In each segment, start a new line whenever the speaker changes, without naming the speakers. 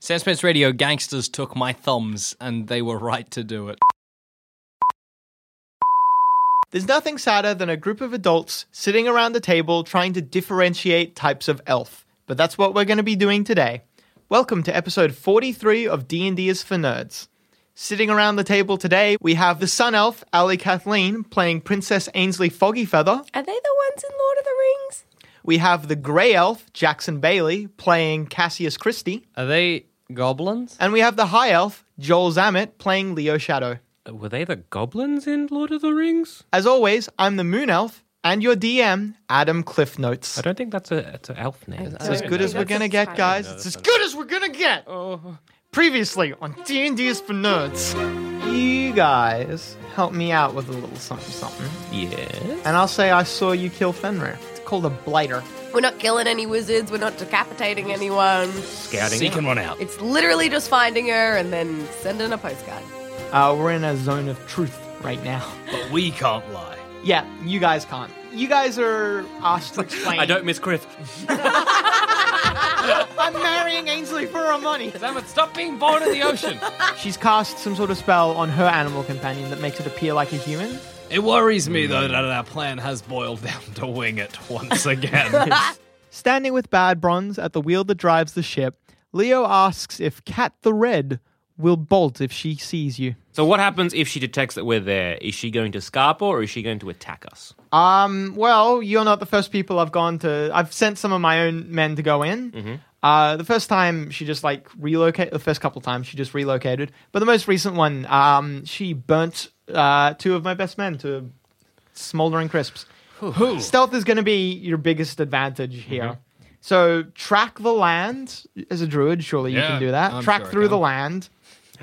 Sam Spence Radio gangsters took my thumbs, and they were right to do it.
There's nothing sadder than a group of adults sitting around a table trying to differentiate types of elf, but that's what we're going to be doing today. Welcome to episode 43 of D&D is for Nerds. Sitting around the table today, we have the sun elf, Ali Kathleen, playing Princess Ainsley Foggyfeather.
Are they the ones in Lord of the Rings?
We have the grey elf, Jackson Bailey, playing Cassius Christie.
Are they goblins?
And we have the high elf, Joel Zammett, playing Leo Shadow.
Were they the goblins in Lord of the Rings?
As always, I'm the moon elf and your DM, Adam Cliff Notes.
I don't think that's a that's an elf name.
It's as good as we're gonna get, guys. It's as good as we're gonna get. Previously on D and D is for nerds. You guys help me out with a little something, something,
Yeah.
and I'll say I saw you kill Fenrir. It's called a blighter.
We're not killing any wizards, we're not decapitating anyone.
Scouting. Seeking one out.
It's literally just finding her and then sending a postcard.
Uh, we're in a zone of truth right now.
But we can't lie.
Yeah, you guys can't. You guys are asked to explain.
I don't miss Griff.
I'm marrying Ainsley for her money.
Zamet, stop being born in the ocean.
She's cast some sort of spell on her animal companion that makes it appear like a human.
It worries me though that our plan has boiled down to wing it once again.
Standing with Bad Bronze at the wheel that drives the ship, Leo asks if Cat the Red will bolt if she sees you.
So what happens if she detects that we're there? Is she going to Scarpa or is she going to attack us?
Um, well, you're not the first people I've gone to. I've sent some of my own men to go in. Uh, the first time she just like relocated, the first couple times she just relocated. But the most recent one, um, she burnt uh, two of my best men to smoldering crisps. Stealth is going to be your biggest advantage here. So track the land as a druid. Surely you
Yeah,
can do that.
I'm
track
sure I
through the
can.
land,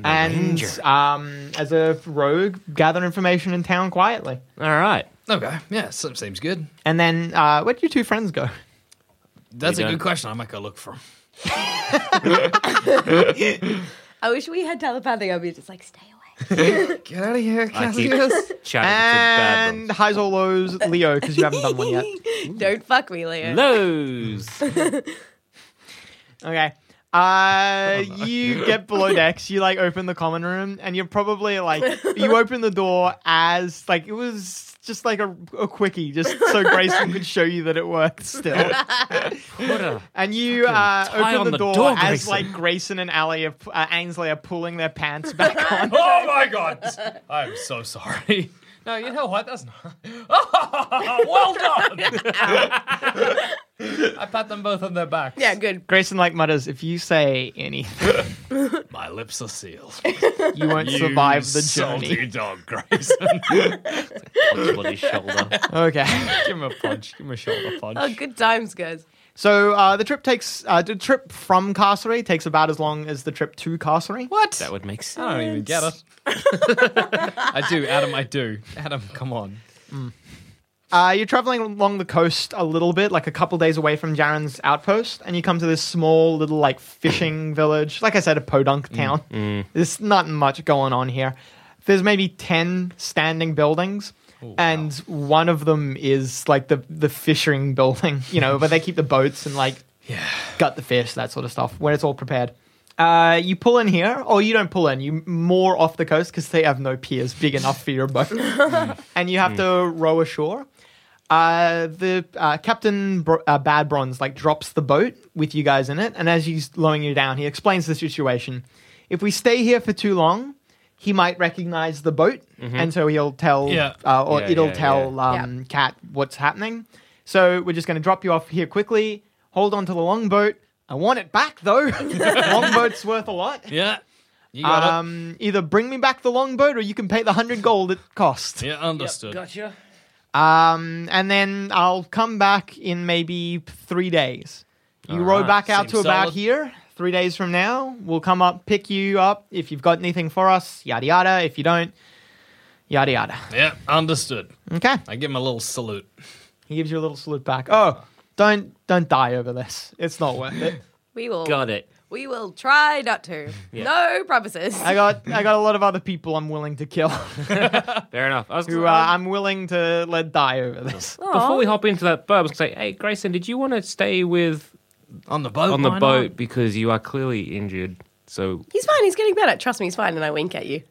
and, um, as a rogue, gather information in town quietly.
All right.
okay, yeah, so- seems good.
And then uh, where did your two friends go?
That's
We
a
don't-
good question. I might go look for 'em.
I wish we had telepathy. I'd be just like, stay away.
Get out of here,
I keep chatting
And
to
highs or lows, Leo, because you haven't done one yet.
Don't fuck me, Leo.
bad ones. Lows.
Okay. Uh, you get below decks. You like open the common room, and you're probably like you open the door as like it was just like a, a quickie, just so Grayson could show you that it worked still.
What a-
And you uh,
tie
open
on
the,
the
door,
door,
as
Grayson.
like Grayson and Ali are, uh, Ainsley are pulling their pants back on.
Oh my god, I'm so sorry. No, you know what? That's not. well done. I pat them both on their backs.
Yeah, good.
Grayson like mutters, "If you say anything,
My lips are sealed.
you won't
You
survive the
salty
journey."
dog, Grayson.
Punch on his shoulder.
Okay.
give him a punch. Give him a shoulder punch.
Oh, good times, guys.
So uh, the trip takes uh, the trip from Carcery takes about as long as the trip to Carcery.
What?
That would make sense.
I don't even get it. I do, Adam. I do, Adam. Come on.
Uh, you're traveling along the coast a little bit, like a couple days away from Jaren's outpost, and you come to this small little like fishing village. Like I said, a podunk town. There's not much going on here. There's maybe ten standing buildings, and one of them is like the the fishing building. You know, where they keep the boats and like gut the fish, that sort of stuff. When it's all prepared. Uh, you pull in here, or you don't pull in. You moor off the coast because they have no piers big enough for your boat, and you have to row ashore. Uh, the uh, captain Br- uh, Bad Bronze like drops the boat with you guys in it, and as he's lowering you down, he explains the situation. If we stay here for too long, he might recognize the boat, and so he'll tell,
Yeah.
uh, or
Mm-hmm. Yeah,
it'll
yeah,
tell
yeah.
Um, Cat what's happening. So we're just going to drop you off here quickly. Hold on to the longboat. I want it back though. longboat's worth a lot.
Yeah. You got
Uh,
Um, either bring me back the longboat, or you can pay the hundred gold it cost.
it. Yeah, understood.
Gotcha.
Um, and then I'll come back in maybe three days. You row back out to
Seems
about
solid.
here. Three days from now, we'll come up, pick you up if you've got anything for us. Yada yada. If you don't, yada yada.
Yeah, understood.
Okay.
I give him a little salute.
He gives you a little salute back. Oh, don't don't die over this. It's not worth it.
We
Oh.
will.
Got it.
We will try not to. No promises.
I got I got a lot of other people I'm willing to kill
Fair enough. I was,
who uh, I'm willing to let die over this.
before we hop into that boat, I was going to say, hey, Grayson, did you want to stay with
On the boat.
on the
why not?
boat because you are clearly injured? So
He's fine. He's getting better. Trust me, he's fine. And I wink at you.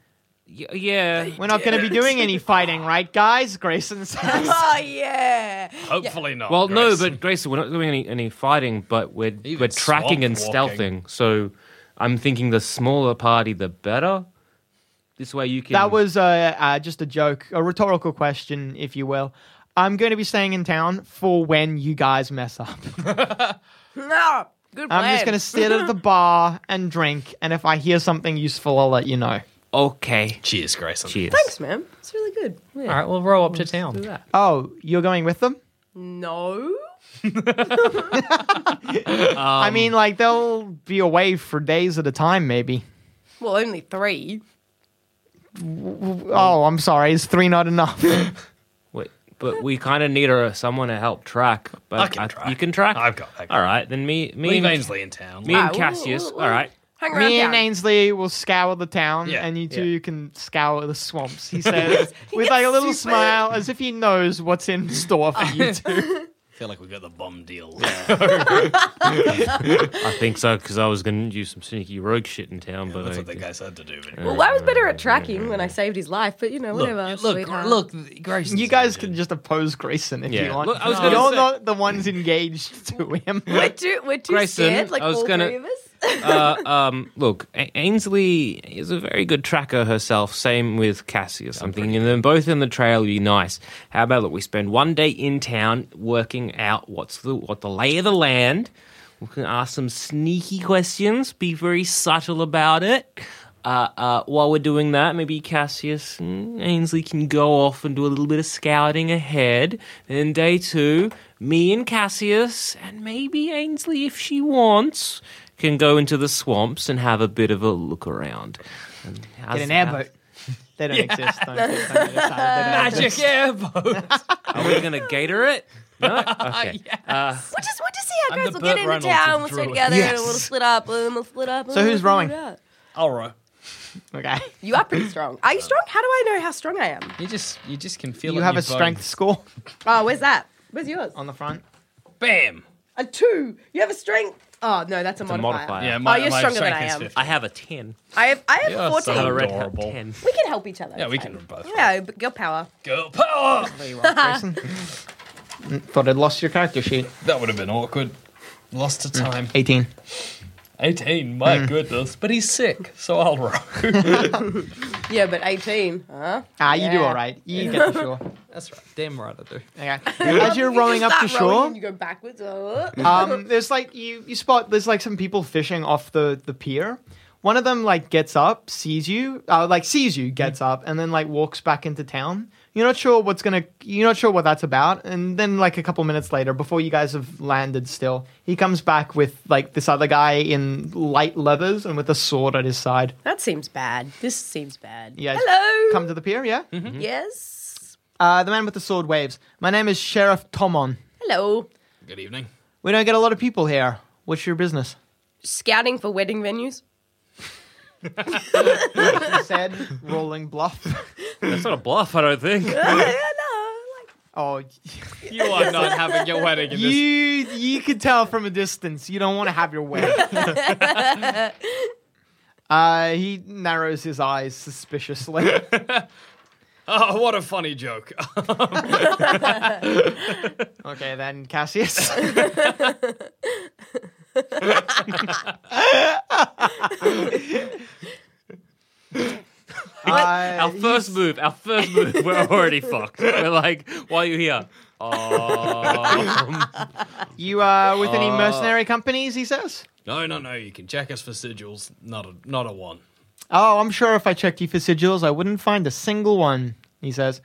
y- yeah,
We're not going to be doing any fighting, right, guys? Grayson says.
Oh yeah.
Hopefully not.
Well,
Grace.
no, but Grayson, we're not doing any, any fighting, but we're
Even
we're tracking and
swamp walking.
stealthing. So I'm thinking the smaller party, the better. This way you can.
That was uh, uh, just a joke, a rhetorical question, if you will. I'm going to be staying in town for when you guys mess up.
No. Good plan.
I'm just going to sit at the bar and drink, and if I hear something useful, I'll let you know.
okay.
Cheers, Grayson.
Cheers.
Thanks, man. It's really good.
All right, we'll row up to town.
Oh, you're going with them?
No.
I mean, like, they'll be away for days at a time, maybe.
Well, only three.
Oh, I'm sorry. Is three not enough?
Wait, but we kind of need a, someone to help track. But
I can track.
You can track.
I've got- I got-
All right, then me, me,
Leave
and,
Ainsley in town.
me and
Ah, we'll-
Cassius.
we'll-
All right.
Hang around.
Me and
town.
Ainsley will scour the town,
Yeah.
and you two can scour the swamps, he says, with like a little smile, as if he knows what's in store for you
I
two.
feel like we got the bum deal.
I think so because I was going to do some sneaky rogue shit in town, but
That's
I,
what the guys had to do. but-
Well, I was better at tracking when I saved his life, but you know, whatever.
Look, look,
sweetheart.
look, Grayson.
You guys can just oppose Grayson if you
Yeah.
want.
Look, I was gonna
You're
say-
not the ones engaged to him.
We're too, we're too
Grayson,
scared, like
I was
all
gonna-
three of us.
uh, um, look, A- Ainsley is a very good tracker herself. Same with Cassius. I'm thinking of them both in the trail would be nice. How about look, we spend one day in town working out what's the what the lay of the land. We can ask some sneaky questions. Be very subtle about it. Uh, uh, while we're doing that, maybe Cassius and Ainsley can go off and do a little bit of scouting ahead. Then day two, me and Cassius, and maybe Ainsley if she wants, can go into the swamps and have a bit of a look around. And how's
Get an
that?
airboat. They don't exist. Don't, don't get excited. They don't
magic airboat.
Are we gonna gator it? No. Okay.
we'll, just, we'll just see how
I'm
it goes.
the
We'll get
Burt
into
Reynolds
town,
of
we'll stay
Druid.
together,
Yes.
and we'll split up, and we'll split up. and
So who's
we'll figure
rowing?
it out.
All right.
exist. Okay.
You are pretty strong. Are you strong? How do I know how strong I am?
You just, you just can feel.
You
it in
have
your
a strength score
Oh, where's that? Where's yours?
on the front.
bones. Bam.
A two. You have a strength. Oh no, that's a
a
modifier.
modifier.
Yeah,
Oh,
my,
you're
my
stronger than
strength
I
is
am.
50.
I have a ten.
I have I have
You're
fourteen.
I have a
so-
red hat
Adorable.
ten.
We can help each other.
Yeah,
it's
we
fine.
can both.
Yeah, but girl power.
Girl power.
Thought I'd lost your character sheet.
That would have been awkward. Lost to
Mm.
time.
18.
18, my
Hmm.
goodness. But he's sick, so I'll row.
Yeah, but eighteen. Huh?
Ah, you do
Yeah.
all right. You get to shore.
That's right. Damn right I do.
Okay. As you're rowing up to
Start rowing
shore,
and You go backwards. uh,
um, there's like you you spot there's like some people fishing off the the pier. One of them like gets up, sees you, uh, like sees you, gets up, and then like walks back into town. You're not sure what's gonna, you're not sure what that's about. And then like a couple minutes later, before you guys have landed, still he comes back with like this other guy in light leathers and with a sword at his side.
that seems bad. This seems bad.
You guys
Hello.
Come to the pier, yeah.
Mm-hmm.
Mm-hmm.
Yes.
Uh, the man with the sword waves. My name is Sheriff Tomon.
Hello.
Good evening.
We don't get a lot of people here. What's your business?
Scouting for wedding venues.
He said, rolling bluff.
That's not a bluff, I don't think.
Oh,
You are not having your wedding in
you you could tell from a distance. You don't want to have your way. uh, he narrows his eyes suspiciously.
Oh, what a funny joke.
Okay, then Cassius. I-
our first move, our first move, we're already fucked. We're like, why are you here? Um,
you are with any
Uh,
mercenary companies? He says.
no, no, no. You can check us for sigils. Not a, not a one.
Oh, I'm sure if I checked you for sigils, I wouldn't find a single one. He says.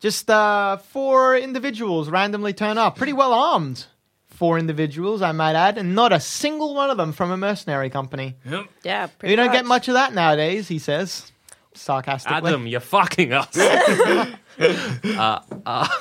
Just uh, four individuals randomly turn up, pretty well armed. Four individuals, I might add, and not a single one of them from a mercenary company.
Yep.
Yeah, pretty
You don't get
much.
much of that nowadays, he says, sarcastically.
Adam, you're fucking us. uh, uh,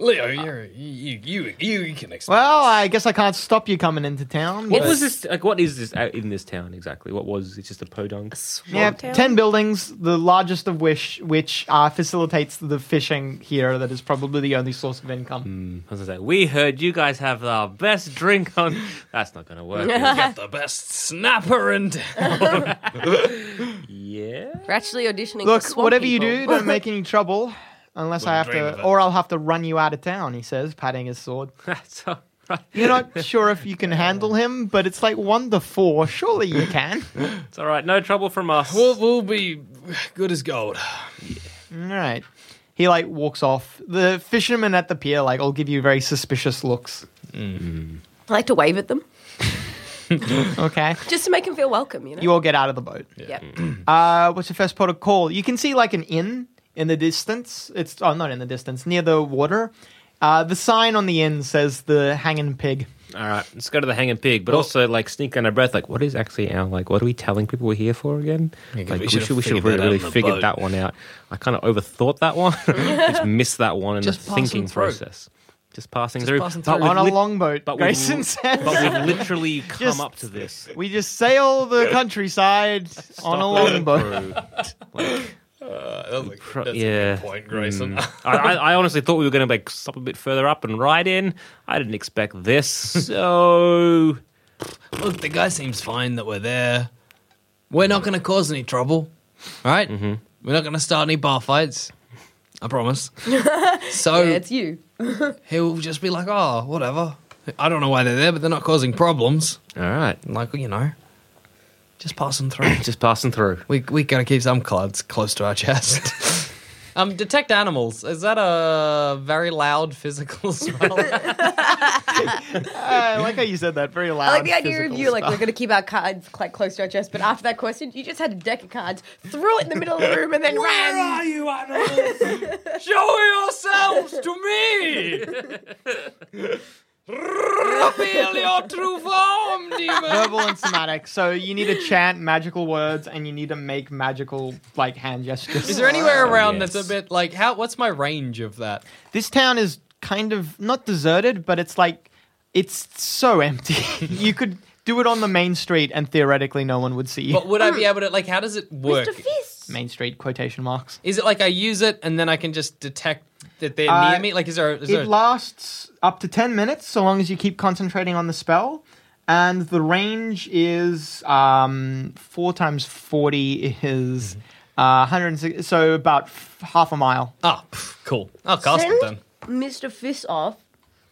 Leo, you're, you, you, you, you can explain.
Well, I guess I can't stop you coming into town.
what
but-
was this? Like, what is this out in this town exactly? What was it's just a podunk?
Yeah,
Swamp town?
ten buildings, the largest of which which uh, facilitates the fishing here. That is probably the only source of
Hmm.
income.
I was gonna say, we heard you guys have the best drink on. That's not gonna work. is it?
Got the best snapper in town.
yeah.
We're actually auditioning.
Look,
for swamp
whatever you do,
people.
don't make any trouble, unless I
Wouldn't
have
dream of
to,
it.
or I'll have to run you out of town. He says, patting his sword.
That's all right.
You're not sure if you can handle him, but it's like one to four. Surely you can.
It's all right. No trouble from us.
we'll, we'll be good as gold.
All right. He like walks off. The fishermen at the pier like all give you very suspicious looks.
I like to wave at them
Okay.
just to make them feel welcome. You know.
You all get out of the boat.
yeah.
Uh, what's your first port of call? You can see like an inn in the distance. It's oh, not in the distance, near the water. Uh, the sign on the inn says the hanging pig.
All right, let's go to the hanging pig, but also like sneak under breath. Like, what is actually our like? What are we telling people we're here for again?
we
like, we
should
should
have
we should
figured that out
really, really
on the
figured
boat.
that one out. I kind of overthought that one. Just missed that one in
Just
the
passing
thinking
through.
process. Just passing through.
passing
But
through.
we've
On a
lit-
longboat,
But
Grayson
we've,
says.
But we've literally come
Just-
up to this.
We just sail the countryside on a longboat.
Like,
Uh, that was a-
Pro-
that's
yeah. Mm.
a good point, Grayson.
I, I, I honestly thought we were going to like stop a bit further up and ride in. I didn't expect this. So
Look, the guy seems fine that we're there. We're not going to cause any trouble, right? Mm-hmm. We're not going to start any bar fights. I promise.
Oh.
so
Yeah, it's you.
he'll just be like, oh, whatever. I don't know why they're there, but they're not causing problems.
all right,
Like, you know, just passing through.
just passing through.
we we got to keep some cards close to our chest. um, detect animals. Is that a very loud physical spell?
I like how you said that very loud.
I like the idea of
physical
you, like, we're going to keep our cards quite close to our chest, but after that question, you just had a deck of cards, threw it in the middle of the room, and then ran.
you animals? Show yourselves to me! Reveal your true form, demon!
verbal and somatic. So you need to chant magical words and you need to make magical like hand gestures.
Is there anywhere around
yes.
that's a bit like how? What's my range of that?
this town is kind of not deserted, but it's like it's so empty. you could do it on the main street and theoretically no one would see you.
But would I be able to like? How does it work?
Mr. Fist.
main street quotation marks.
Is it like I use it and then I can just detect that they're
Uh,
near me? Like, is there? Is there
It lasts up to 10 minutes so long as you keep concentrating on the spell. And the range is um, 4 times 40 is
Mm-hmm.
uh, 160, so about f- half a mile.
Ah, pff, cool. I'll cast it then.
Send Mr. Fist off,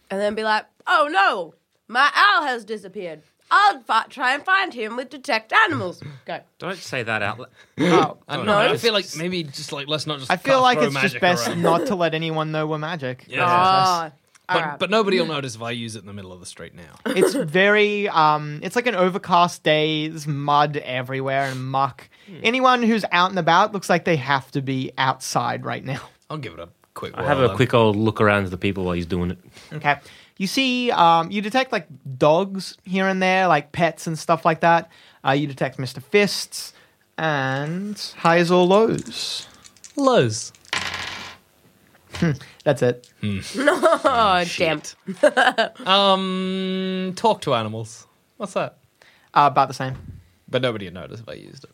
and then be like, oh no, my owl has disappeared. I'll fi- try and find him with detect animals. Go.
Don't say that out. loud.
Oh.
I don't
No,
know. I
it's-
feel like maybe just like let's not just.
I feel
cast
like
throw
it's just
magic
best
around.
not to let anyone know we're magic.
Ah,
But,
alright.
but nobody
Mm.
will notice if I use it in the middle of the street now.
It's very um it's like an overcast day, there's mud everywhere and muck.
Hmm.
Anyone who's out and about looks like they have to be outside right now.
I'll give it a quick.
I have
whirl
a
then.
quick old look around at the people while he's doing it.
Hmm.
Okay. You see, um, you detect like dogs here and there, like pets and stuff like that. Uh, you detect Mr. Fists and highs or lows.
Lows.
That's it.
Hmm.
oh, damn.
Um, talk to animals. What's that?
Uh, about the same.
But nobody would notice if I used it.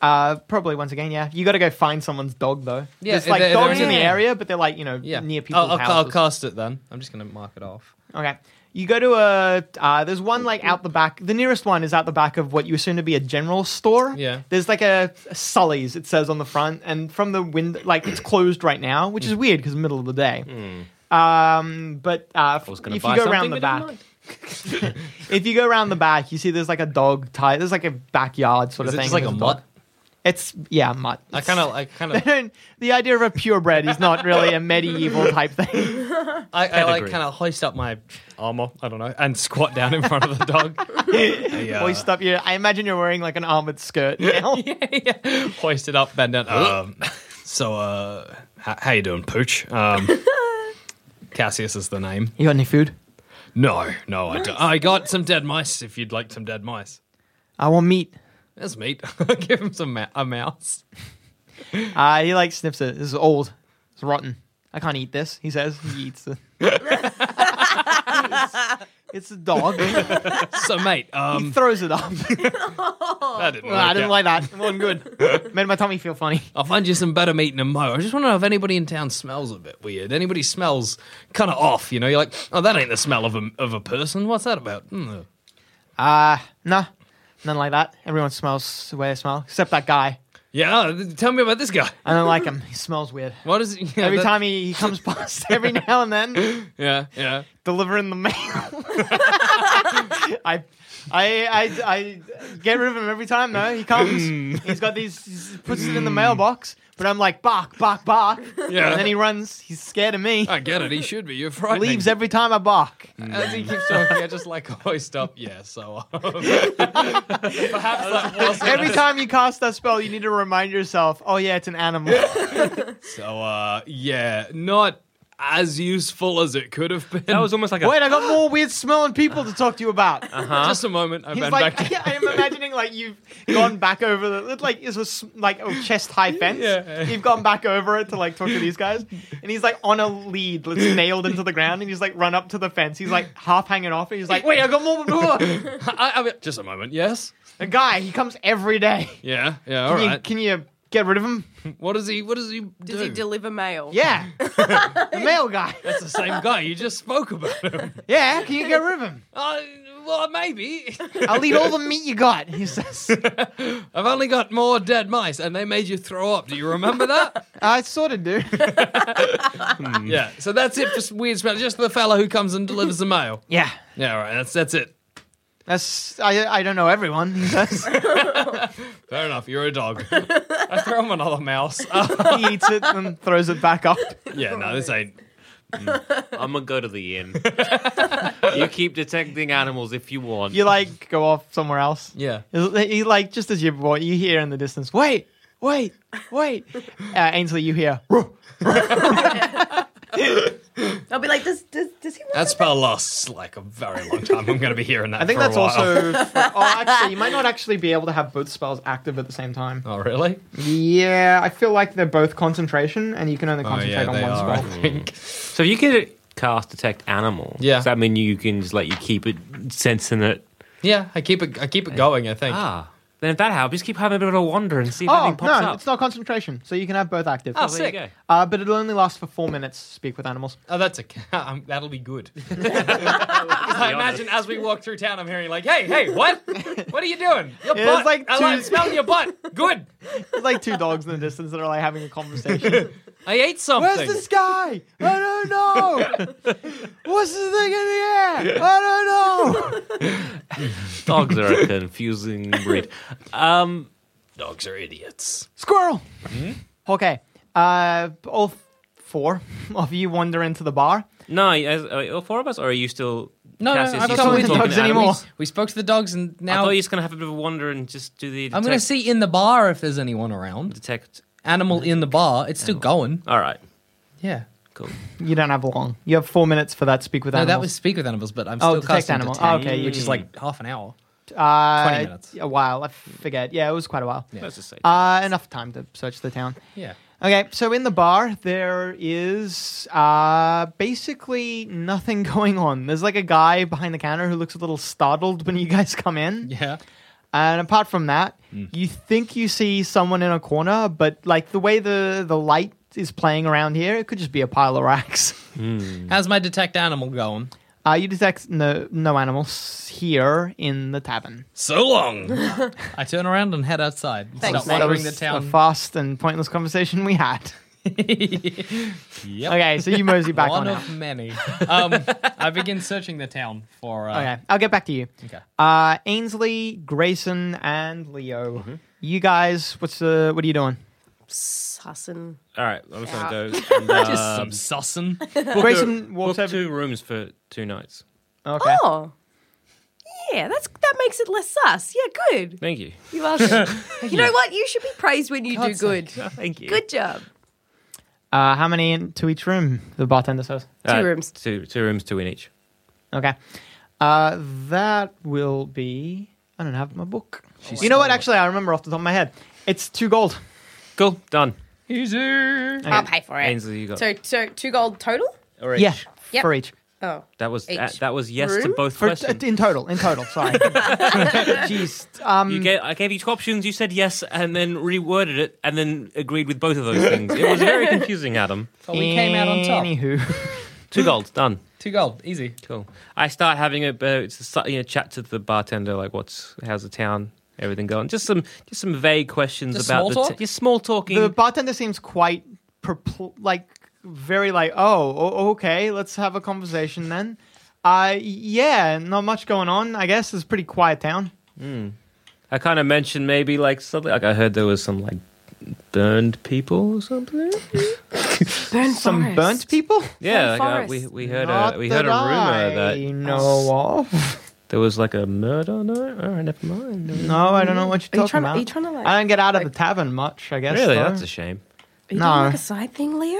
Uh, probably once again, yeah. You got to go find someone's dog though.
Yeah,
There's
are
like
there- are there
dogs in the
any-
area, but they're like you know
Yeah,
near people's
I'll, I'll, I'll
houses.
cast it then. I'm just gonna mark it off.
Okay. You go to a uh, there's one like out the back. The nearest one is out the back of what you assume to be a general store.
Yeah.
There's like a, a Sully's. It says on the front, and from the window, like it's closed right now, which
Mm.
is weird because middle of the day.
Hmm.
Um, but uh,
was
if
gonna
you
buy
go around the
something, but never
back, if you go around the back, you see there's like a dog tie. There's like a backyard sort
Is
of
it
thing.
just like a
There's
mutt?
dog. It's yeah, a mutt.
I kind of, I kind
They
of,
don't, the idea of a purebred is not really a medieval type thing.
I, I like
Pedigree.
kind of hoist up my armor. I don't know, and squat down in front of the dog. I, uh,
Hoist up your. I imagine you're wearing like an armored skirt now.
hoist it up, bend down. Um, so, uh, h- how you doing, Pooch? Um, Cassius is the name.
You got any food?
No, no, I don't. I got some dead mice. If you'd like some dead mice,
I want meat.
that's meat. Give him some ma- a mouse.
Uh, he like sniffs it. This is old. It's rotten. I can't eat this. He says he eats it. it's a dog.
So, mate,
he
um,
throws it up.
that didn't
I
work
didn't
out.
like that. It wasn't good. Made my tummy feel funny.
I'll find you some better meat in a mo. I just want to know if anybody in town smells a bit weird. Anybody smells kind of off, you know? You're like, oh, that ain't the smell of a, of a person. What's that about? Hmm.
Uh, nah, nothing like that. Everyone smells the way they smell, except that guy.
Yeah, oh, th- tell me about this guy.
I don't like him. He smells weird.
What is it? Yeah,
Every
that-
time he, he comes past, every now and then,
Yeah, yeah.
delivering the mail. I, I, I, I get rid of him every time. though. he comes.
Mm.
He's got these. He puts it in the mailbox. But I'm like bark, bark, bark.
Yeah.
And then he runs. He's scared of me.
I Mm. get it. He should be. You're frightening.
Leaves every time I bark.
As he keeps talking, I just like hoist up. Yeah, so. um, Perhaps that wasn't.
Every time you cast that spell, you need to remind yourself. Oh yeah, it's an animal.
So, uh, yeah, not as useful as it could have been.
That was almost like a
Wait, I got more weird smelling people to talk to you about.
Uh-huh. Just a moment. I
He's
bend
like,
back.
yeah, I'm imagining like you've gone back over the it's like is was like a chest high fence. You've gone back over it to like talk to these guys, and he's like on a lead that's nailed into the ground, and he's like run up to the fence. He's like half hanging off, and he's like, "Wait, I got more more."
I, I mean, just a moment. Yes.
A guy, he comes every day.
Yeah. Yeah. All
Can
right.
you, can you get rid of him?
What does he? What does he do?
Does he deliver mail?
Yeah, the male guy.
That's the same guy you just spoke about him.
Yeah, can you get rid of him?
Uh, well, maybe.
I'll eat all the meat you got. He says,
I've only got more dead mice, and they made you throw up. Do you remember that?
"I sort of do."
yeah. So that's it for s- weird smell. Just the fella who comes and delivers the mail.
Yeah,
Yeah. All right. That's that's it.
that's I. I don't know everyone. He says.
Fair enough. You're a dog. I throw him another mouse. Uh,
he eats it and throws it back up.
yeah. No, this ain't.
I'm gonna go to the inn. you keep detecting animals if you want.
You like go off somewhere else.
Yeah.
You like just as you walk, you hear in the distance, wait, wait, wait. Uh, Ainsley, you hear. "Ruh."
I'll be like, does does does he want?
That spell lasts like a very long time. I'm going to be hearing that.
I think
for a
that's
while.
also. For, oh, actually, you might not actually be able to have both spells active at the same time.
Oh really?
Yeah, I feel like they're both concentration, and you can only
Oh
concentrate
yeah,
on
they
one
are. I
spell.
think.
So if you can cast detect animal,
Yeah.
does that mean you can just let you keep it sensing it?
Yeah, I keep it. I keep it going. I think.
Ah, then if that helps, just keep having a bit of a wander and see if
Oh
anything
no,
pops up.
it's not concentration, so you can have both active.
Oh,
Ah, There you
sick.
go.
Uh, but it'll only last for four minutes. Speak with animals.
Oh, that's a um, that'll be good. I imagine as we walk through town, I'm hearing like, "Hey, hey, what? What are you doing? Your
Yeah, it's
butt.
like
I
two-
like smelling your butt. Good.
There's like two dogs in the distance that are like having a conversation.
I ate
Where's
something.
this guy? I don't know. What's this thing in the air? I don't know.
Dogs are a confusing breed. Um,
Dogs are idiots.
Squirrel. Hmm? Okay. Uh, all f- four of you wander into the bar.
no, as, are all four of us, or are you still?
No, no, I've
Cassius, you
got
still
all the
talking
dogs
to animals?
anymore.
We spoke to the dogs, and
I thought
now
you were just gonna have a bit of a wander and just do the. Detect,
I'm going to see in the bar if there's anyone around.
detect.
Animal in the bar. It's still going.
All right,
Yeah.
cool.
You don't have long. You have four minutes for that. Speak with
No,
animals.
that was speak with animals, but I'm
Oh,
still
detect
casting
animal.
detect,
Oh, okay,
which is
yeah.
like half an hour.
uh,
20 minutes.
A while. I forget. Yeah, it was quite a while.
Let's just say.
Uh, enough time to search the town.
Yeah.
Okay, so in the bar there is uh, basically nothing going on. There's like a guy behind the counter who looks a little startled when you guys come in.
Yeah.
And apart from that, you think you see someone in a corner, but like the way the the light is playing around here, it could just be a pile of racks.
How's my detect animal going?
Uh, you detect no no animals here in the tavern.
So long. I turn around and head outside.
That
Stop wandering
was
the
a
town.
fast and pointless conversation we had.
Yep.
Okay, so you mosey back
One
on
of many. Um, I begin searching the town for. Uh,
Okay, I'll get back to you.
Okay.
Uh, Ainsley, Grayson, and Leo. You guys, what's the what are you doing?
Sussing.
All right, I'm just
Out.
gonna go. And,
Just
um,
some sussin.
book
Grayson
a-
walks
book
over-
two rooms for two nights.
Okay.
Oh. Yeah, that's that makes it less sus. Yeah, good.
Thank you.
You are good. you know what? You should be praised when you do good.
Oh, Thank you.
Good job.
Uh, how many in to each room? The bartender says.
Uh,
Two rooms.
Two two rooms, two in each.
Okay. Uh, that will be. I don't have my book. you know what? Actually, I remember off the top of my head. It's two gold.
Cool. Done.
Easy.
I'll pay for it.
Ainsley, you got-
So, so two gold total.
All right.
Yeah,
Yep.
for each.
Oh,
That was
Each
that, that was yes
room?
to both
For, uh,
questions.
in total, in total. Sorry. Jeez. Um,
You gave, I gave you two options. You said yes, and then reworded it, and then agreed with both of those things. It was very confusing, Adam.
But we came out on top.
Anywho,
Two gold, done.
Two gold, easy.
Cool. I start having a uh, it's a, slight, you know, chat to the bartender, like, "What's how's the town? Everything going?" Just some just some vague questions
Just
about
small
the
talk?
t- just small talking.
the bartender seems quite perpl- like very like oh o- okay let's have a conversation then. Uh, yeah, not much going on. I guess it's a pretty quiet town.
I kind of mentioned maybe like something. Like I heard there was some like burned people or something.
burn
Some burnt people.
Yeah, like, uh,
forest.
we we heard
Not
a we heard a
that
rumor
I
that Oh,
know of.
there was like a murder. No, all right, never mind.
No, I don't know what
Mm. Are
you're talking
you trying to-
about.
are you trying to, like-
I don't get out of
like-
the tavern much. I guess.
Really,
though.
that's a shame.
Are you
No.
doing like a side thing, Leo?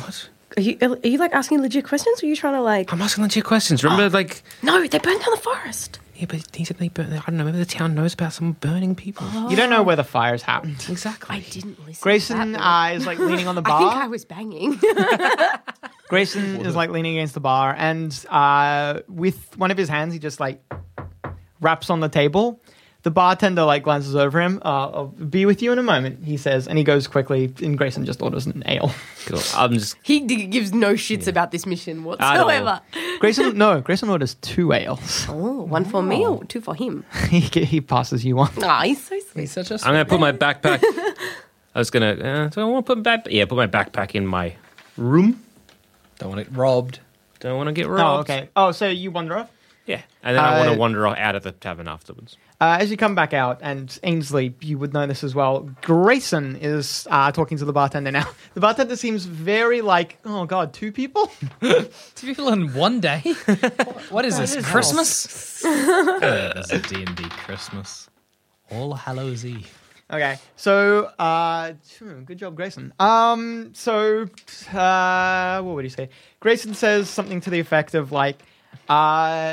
What?
Are you are you like asking legit questions? Or are you trying to like?
I'm asking legit questions. Remember, like,
No, they burned down the forest.
yeah, but he said they burn. I don't know. Maybe the town knows about someone burning people.
Oh.
you don't know where the fires happened.
Exactly.
I didn't listen.
Grayson
to that
uh, is like leaning on the
bit. I
bar.
think I was banging.
Grayson is like leaning against the bar, and uh, with one of his hands, he just like raps on the table. The bartender like glances over him. Uh, I'll be with you in a moment, he says, and he goes quickly. And Grayson just orders an ale.
Cool. I'm just.
he d- gives no shits about this mission
I don't know.
whatsoever.
Grayson, no, Grayson orders two ales.
Oh, one for me or two for him.
he, he passes you one.
Ah, he's so sweet.
He's such a.
I'm gonna put my backpack. I was gonna. Uh, do I want to put my back? Yeah, put my backpack in my room.
Don't want it robbed.
Don't want to get robbed.
Oh, okay. Oh, so you wander off.
Yeah, and then I want
Uh,
to wander off out of the tavern afterwards.
Uh, as you come back out, and Ainsley, you would know this as well. Grayson is uh, talking to the bartender now. The bartender seems very like, oh god, two people.
Two people in one day. what is this? Christmas? There's a D and D Christmas. All Hallows Eve.
Okay, so uh, phew, good job, Grayson. Um, so uh, what would you say? Grayson says something to the effect of like, uh,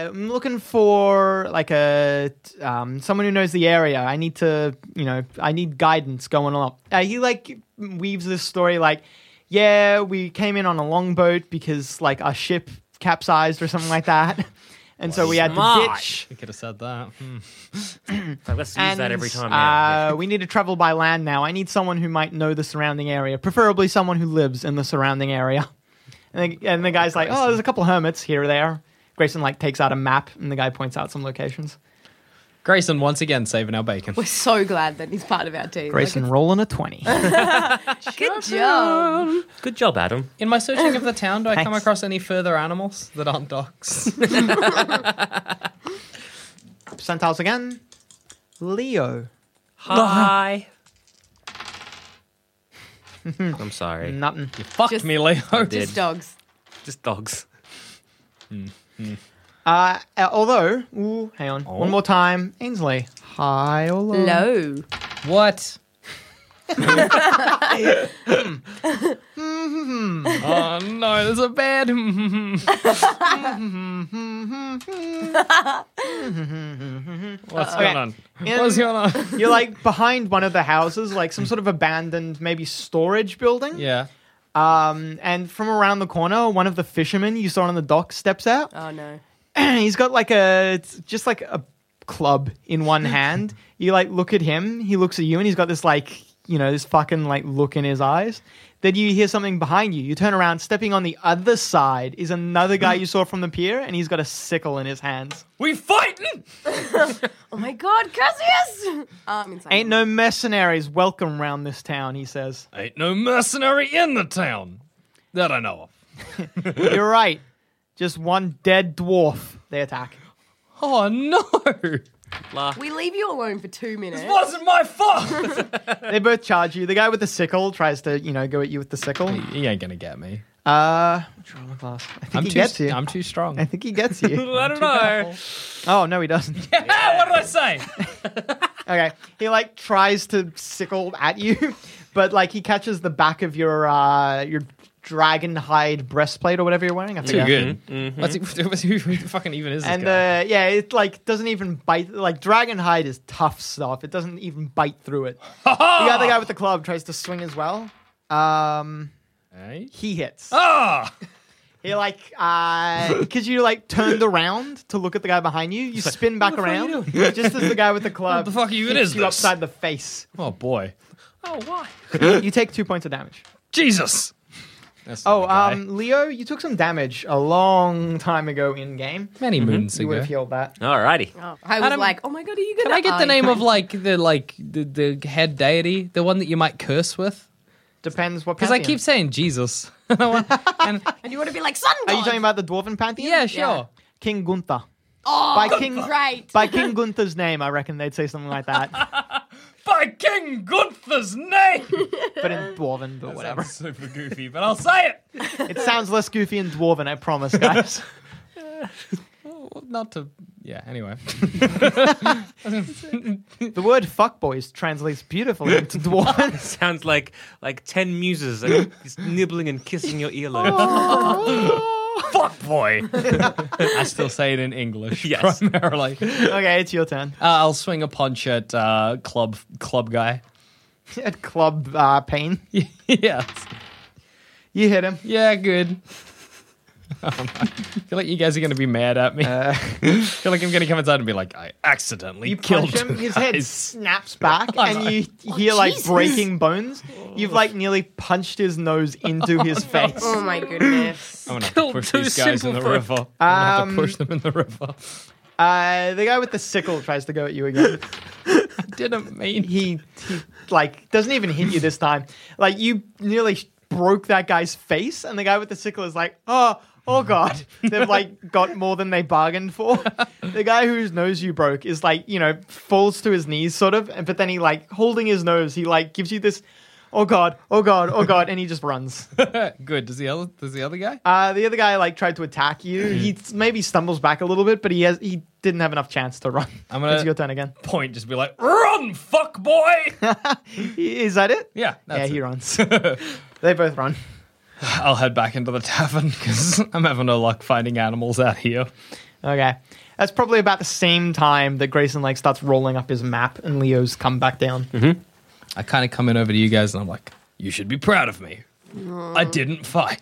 "I'm looking for like a t- um, someone who knows the area. I need to, you know, I need guidance going on." Uh, he like weaves this story like, "Yeah, we came in on a longboat because like our ship capsized or something like that." And so we had to
Smart.
ditch.
We could have said that. Hmm.
Like, let's use that every time.
Uh, we need to travel by land now. I need someone who might know the surrounding area, preferably someone who lives in the surrounding area. And the, and the guy's like, "Oh, there's a couple hermits here or there." Grayson like takes out a map, and the guy points out some locations.
Grayson once again saving our bacon.
We're so glad that he's part of our team.
Grayson rolling a twenty.
Like, good job.
yeah. Good job, Adam.
In my searching of the town, do I come
Thanks.
across any further animals that aren't dogs?
Percentiles again. Leo,
Hi. I'm sorry.
nothing.
Fuck
Just-
me, Leo.
Just dogs.
Just dogs.
Uh, uh, although, ooh, hang on,
Oh.
one more time. Ainsley, hi, or low?
Low.
What? oh no, there's a bad. What's going on?
In-
What's going on?
You're like behind one of the houses, like some sort of abandoned, maybe storage building.
Yeah.
Um, and from around the corner, one of the fishermen you saw on the dock steps out.
Oh no.
He's got like a, it's just like a club in one hand. you like look at him, he looks at you, and he's got this like, you know, this fucking like look in his eyes. Then you hear something behind you. You turn around, stepping on the other side is another guy you saw from the pier, and he's got a sickle in his hands.
We fighting!
Oh my god, Cassius! Um, inside.
Ain't no mercenaries welcome round this town, he says.
Ain't no mercenary in the town that I know of.
You're right. Just one dead dwarf they attack.
Oh no!
We leave you alone for two minutes.
Wasn't my fault.
They both charge you. The guy with the sickle tries to, you know, go at you with the sickle.
He ain't gonna get me.
Uh, what's wrong with class? I think
I'm
he
too.
gets
st-
you.
I'm too strong.
I think he gets you.
I don't know.
oh no, he doesn't.
Ah, what did I say?
Okay, he like tries to sickle at you, but like he catches the back of your uh your dragon hide breastplate or whatever you're wearing. I
Too
forget.
good. Mm-hmm. What's he- who, who the fucking even is this
Mm-hmm. And
guy?
uh, yeah, it like doesn't even bite. Like dragon hide is tough stuff. It doesn't even bite through it. the other guy with the club tries to swing as well. Um,
Hey?
he hits.
Ah,
He like because you like turned around to look at the guy behind you. You spin back around just as the guy with the club.
the fuck even
hits
is
you
this?
upside the face.
Oh boy.
you take two points of damage.
Jesus.
That's
Oh,
not a guy.
um, Leo, you took some damage a long time ago in game.
many moons
mm-hmm. You would
ago.
have healed that.
Alrighty.
Oh, I was
Adam,
like, oh my god, are you
Can
gonna?
I get the
Oh, you
name of
can't.
like the like the, the head deity, the one that you might curse with?
Depends what.
Because I
pantheon.
keep saying Jesus. And I want- and-
And you want to be like sun
Are
god?
you talking about the dwarven pantheon?
yeah, sure.
King Gunther.
Oh,
By King
great.
by King Gunther's name, I reckon they'd say something like that,
By King Gunther's name.
but in dwarven, but whatever.
That's super goofy, but I'll say it.
It sounds less goofy in dwarven, I promise, guys.
Well, not to. Yeah. Anyway.
the word "fuckboys" translates beautifully into dwarven.
Sounds like like ten muses like, just nibbling and kissing your earlobe.
Fuck boy.
I still say it in English
Yes.
primarily. Uh,
okay, it's your turn.
I'll swing a punch at uh, club club guy.
At club uh, pain,
yes.
you hit him.
Yeah. Good. Oh I feel like you guys are going to be mad at me. I feel like I'm going to come inside and be like, I accidentally
You
killed
punch him, his head
guys.
snaps back, and you hear
Oh,
like
Jesus.
breaking bones. You've like nearly punched his nose into his face.
Oh my goodness.
I'm gonna have to push these guys in the river. I'm gonna have to push them in the river.
Uh, the guy with the sickle tries to go at you again.
Didn't mean
he, he like doesn't even hit you this time. Like you nearly broke that guy's face, and the guy with the sickle is like, oh. Oh god, they've like got more than they bargained for. The guy whose nose you broke is like, you know, falls to his knees sort of, and but then he like holding his nose, he like gives you this, oh god, oh god, oh god, and he just runs.
Good. Does the other does the other guy?
Uh, the other guy like tried to attack you.
Mm-hmm.
He s- maybe stumbles back a little bit, but he has he didn't have enough chance to run.
I'm gonna-
It's your turn again.
Point. Just be like,
Run, fuck boy.
Is that it?
yeah.
yeah,
That's
he
it.
runs. they both run.
I'll head back into the tavern because I'm having no luck finding animals out here.
Okay. That's probably about the same time that Grayson like starts rolling up his map and Leo's come back down.
Mm-hmm.
I kind of come in over to you guys and I'm like, you should be proud of me.
I didn't fight.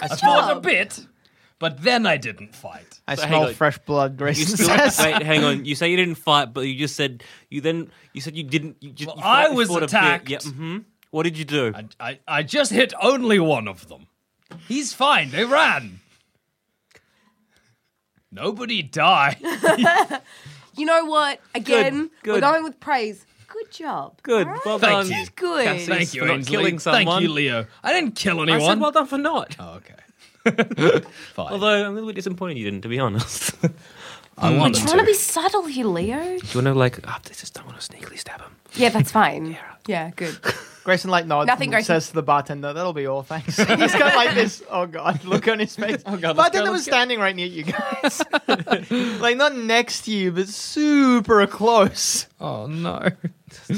I fought a bit, but then I didn't fight.
I
So hang
smell
on.
fresh blood,
You
Grayson
still,
says.
wait, hang on. You say you didn't fight, but you just said you then you said you didn't. You just,
Well,
you fought-
I
you
was
fought a bit.
attacked.
Yeah. mhm. What did you do?
I, I, I just hit only one of them. He's fine. They ran. Nobody died.
You know what? Again, we're
good.
going with praise. Good job.
Good.
all right?
Well
Thank
done.
you.
This is good.
Thank you,
for not
Ainsley.
killing
Thank
someone.
you, Leo. I didn't kill
I
anyone.
said well done for not.
oh, okay. Fine.
Although I'm a little bit disappointed you didn't, to be honest. do
I wanted
Trying to
to.
be subtle here, Leo.
you want to like? Oh, I just don't want to sneakily stab him.
Yeah, that's fine. Yeah, good.
Grayson like nods
Nothing,
and
Grayson.
says to the bartender, that'll be all, thanks. He's got like this, oh god, look on his face. Oh
God, let's
bartender
go,
was
let's go.
standing right near you guys. like not next to you, but super close.
Oh no.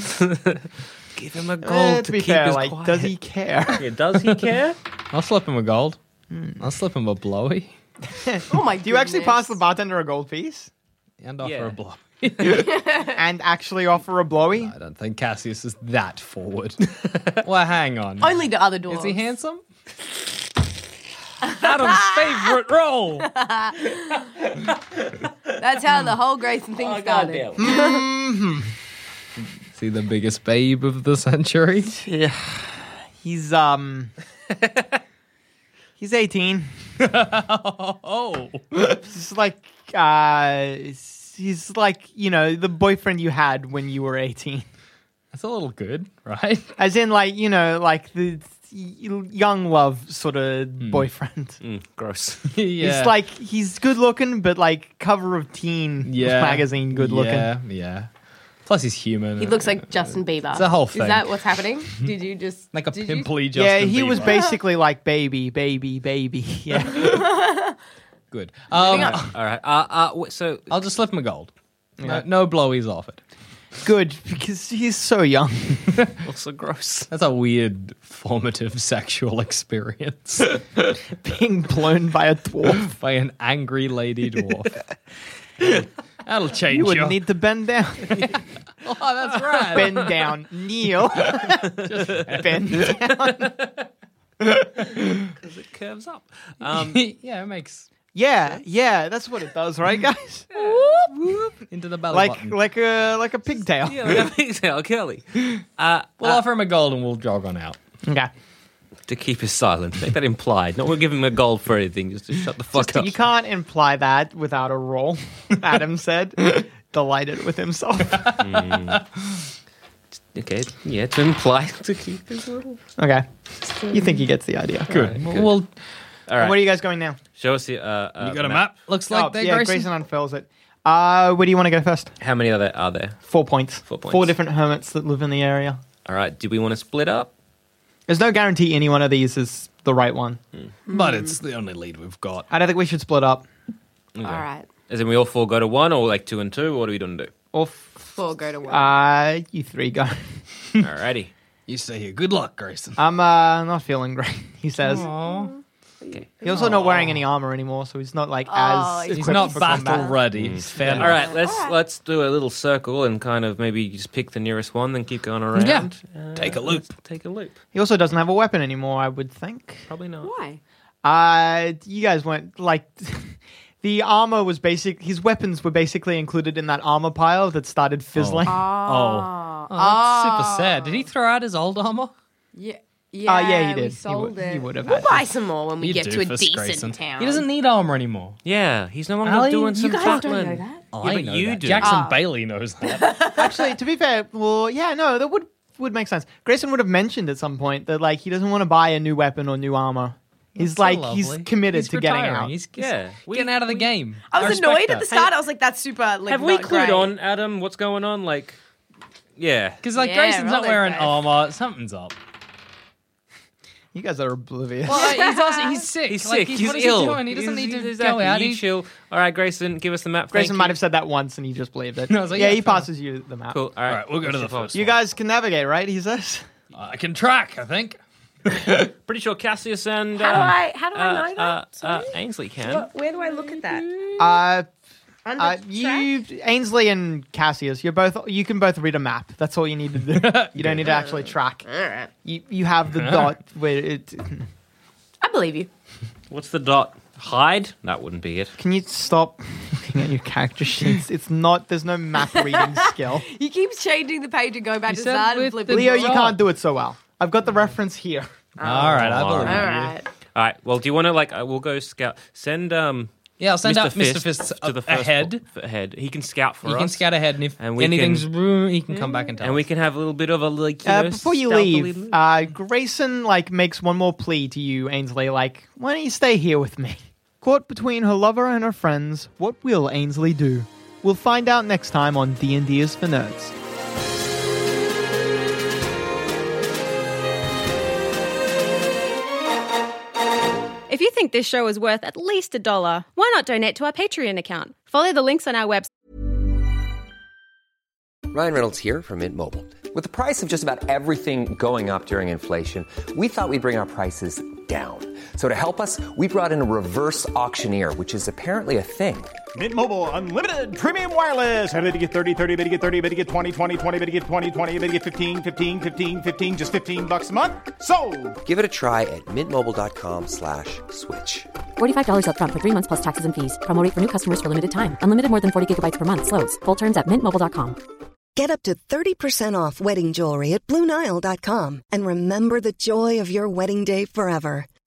Give him a goal
Eh,
Oh, to,
to be
keep
fair,
his
like,
quiet.
does he care?
Yeah, does he care?
I'll slip him a gold.
Hmm.
I'll slip him a blowy
Oh my
Do you actually pass the bartender a gold piece?
and offer
Yeah.
a blow.
and actually offer a blowy?
I don't think Cassius is that forward. well, hang on.
Only to other doors.
Is he handsome?
Adam's favorite role.
That's how the whole Grayson thing started.
Is he the biggest babe of the century?
Yeah. He's um. he's eighteen.
Oh,
He's like uh. He's like you know the boyfriend you had when you were eighteen.
that's a little good, right?
As in, like you know, like the young love sort of boyfriend.
Mm, gross.
Hmm. yeah.
He's like he's good looking, but like cover of Teen
yeah.
magazine good looking.
Yeah, yeah. Plus, he's human.
He looks like Justin Bieber.
It's a whole
Is
thing.
that what's happening? Did you just
like a
did
pimply Justin.
Yeah, he was
Bieber.
basically like baby, baby, baby. Yeah,
good.
You...
Um,
Hang on.
All right. Uh, uh, w- so
I'll just slip him a gold. No, no blowies offered.
good because he's so young.
also gross.
That's a weird formative sexual experience
Being blown by a dwarf,
by an angry lady dwarf. That'll change
you
you.
would need to bend down,
oh, that's right.
bend down, kneel, bend down.
It curves up.
Um, yeah, it makes
Yeah, yeah, that's what it does, right, guys?
into the belly
like, uh,
button.
like a like a pigtail.
Yeah, that makes it all curly.
we'll offer him a gold and we'll jog on out.
Okay,
To keep us silent. Make that implied. Not we're giving him a gold for anything. Just to shut the fuck up.
you can't imply that without a roll. Adam said, delighted with himself.
Okay. Yeah, to imply. To keep us
Okay. You think he gets the idea.
Good. Well,
All right.
Where are you guys going now?
Show us the. Uh, uh,
you got a map. Looks like
Oh,
they
yeah,
Grayson.
Grayson unfurls it. Uh, where do you want to go first?
How many are there? Are there?
Four points.
Four points.
Four different hermits that live in the area.
All right. Do we want to split up?
There's no guarantee any one of these is the right one.
Hmm.
but it's the only lead we've got.
I don't think we should split up.
All right.
As in, we all four go to one, or like two and two. What are we gonna do?
Or f-
Four go to one.
uh, you three go.
Alrighty.
You stay here. Good luck, Grayson.
I'm uh, not feeling great. He says. He's also not wearing any armor anymore, so he's not like
Oh,
as.
he's
He's
equipped
not
for
battle
combat. Mm.
ready. He's fair
All
enough.
right. Let's let's do a little circle and kind of maybe just pick the nearest one, then keep going around.
Yeah.
Uh,
Take a loop.
let's Take a loop.
He also doesn't have a weapon anymore. I would think.
Probably not.
Why?
Uh, you guys went like the armor was basic. His weapons were basically included in that armor pile that started fizzling.
Oh. oh,
Ah.
that's super sad. Did he throw out his old armor?
Yeah. Yeah,
yeah, he
we
did. He
sold
would-
it.
he would have
We'll
had it.
buy some more when we
You
get to a
doofus,
decent
Grayson.
town.
He doesn't need armor anymore.
Yeah, he's no longer
Ali,
doing
you
some
guys
fuck
don't
man.
that.
Yeah,
I
but
know
you
that.
do.
Jackson Bailey knows that.
Actually, to be fair, well, yeah, no, that would would make sense. Grayson would have mentioned at some point that like he doesn't want to buy a new weapon or new armor. He's
So
like he's
lovely.
committed
He's
to getting
retiring.
out.
He's, he's
Yeah, we-
getting out of the game.
I was
respect
annoyed at
that.
the start. I was like, that's super. Like,
Have we
not
clued
great.
on, Adam? What's going on? Like, yeah.
Because like
Yeah,
Grayson's
roll
not
those
wearing
dice.
armor, something's up.
you guys are oblivious.
Well, like, he's also he's sick.
He's
like,
sick.
He's,
He's,
what is
ill.
he doing? He doesn't
He's-
need to
exactly.
go out.
You
He-
chill. All right, Grayson, give us the map.
Grayson
Thank
might
you.
have said that once and he just believed it.
I was like, yeah,
he
fair.
passes you the map.
Cool. All right,
Alright, we'll go to the first
You guys can navigate, right? He says.
I can track. I think.
Pretty sure Cassius and
How do
um,
I? How do
uh,
I know
uh,
that?
uh,
Sorry?
Ainsley can.
What- Where do I look at that?
Mm,
Uh,
Under
uh,
track?
you, Ainsley and Cassius, you're both. You can both read a map. That's all you need to do. You don't need to actually track.
Alright.
You you have the dot where it.
I believe you.
What's the dot? Hide? That wouldn't be it.
Can you stop looking at your character sheets? It's not. There's no map reading skill.
He keeps changing the page and going back
You
to
said
start and
with
flipping.
the
Leo, you
Right.
can't do it so well. I've got the reference here.
All Oh. right, I believe.
All right.
All right. Well, do you want to like? Uh, we'll go scout. Send um.
Yeah, I'll send
Mr.
out Mr. Fists
to the first
ahead.
po- ahead. He can scout for
He
us.
can scout ahead, and if
And we
anything's
can-
room, he can come back and tell.
and we
us.
can have a little bit of a like. You
Uh,
know,
before you
stealthily
leave,
move.
uh, Grayson like makes one more plea to you, Ainsley. Like, why don't you stay here with me? Caught between her lover and her friends, what will Ainsley do? We'll find out next time on D and D is for Nerds.
If you think this show is worth at least a dollar, why not donate to our Patreon account? Follow the links on our website.
Ryan Reynolds here from Mint Mobile. With the price of just about everything going up during inflation, we thought we'd bring our prices down. So to help us, we brought in a reverse auctioneer, which is apparently a thing.
Mint Mobile unlimited premium wireless. Ready to get 30, 30, bet you get 30, bet you get 20, 20, 20, bet you get 20, 20, bet you get 15, 15, 15, 15, just 15 bucks a month. So,
Give it a try at mintmobile.com slash switch.
$45 upfront for three months plus taxes and fees. Promo rate for new customers for limited time. Unlimited more than 40 gigabytes per month. Slows. Full terms at mintmobile.com. Get up to 30% off wedding jewelry at Bluenile.com and remember the joy of your wedding day forever.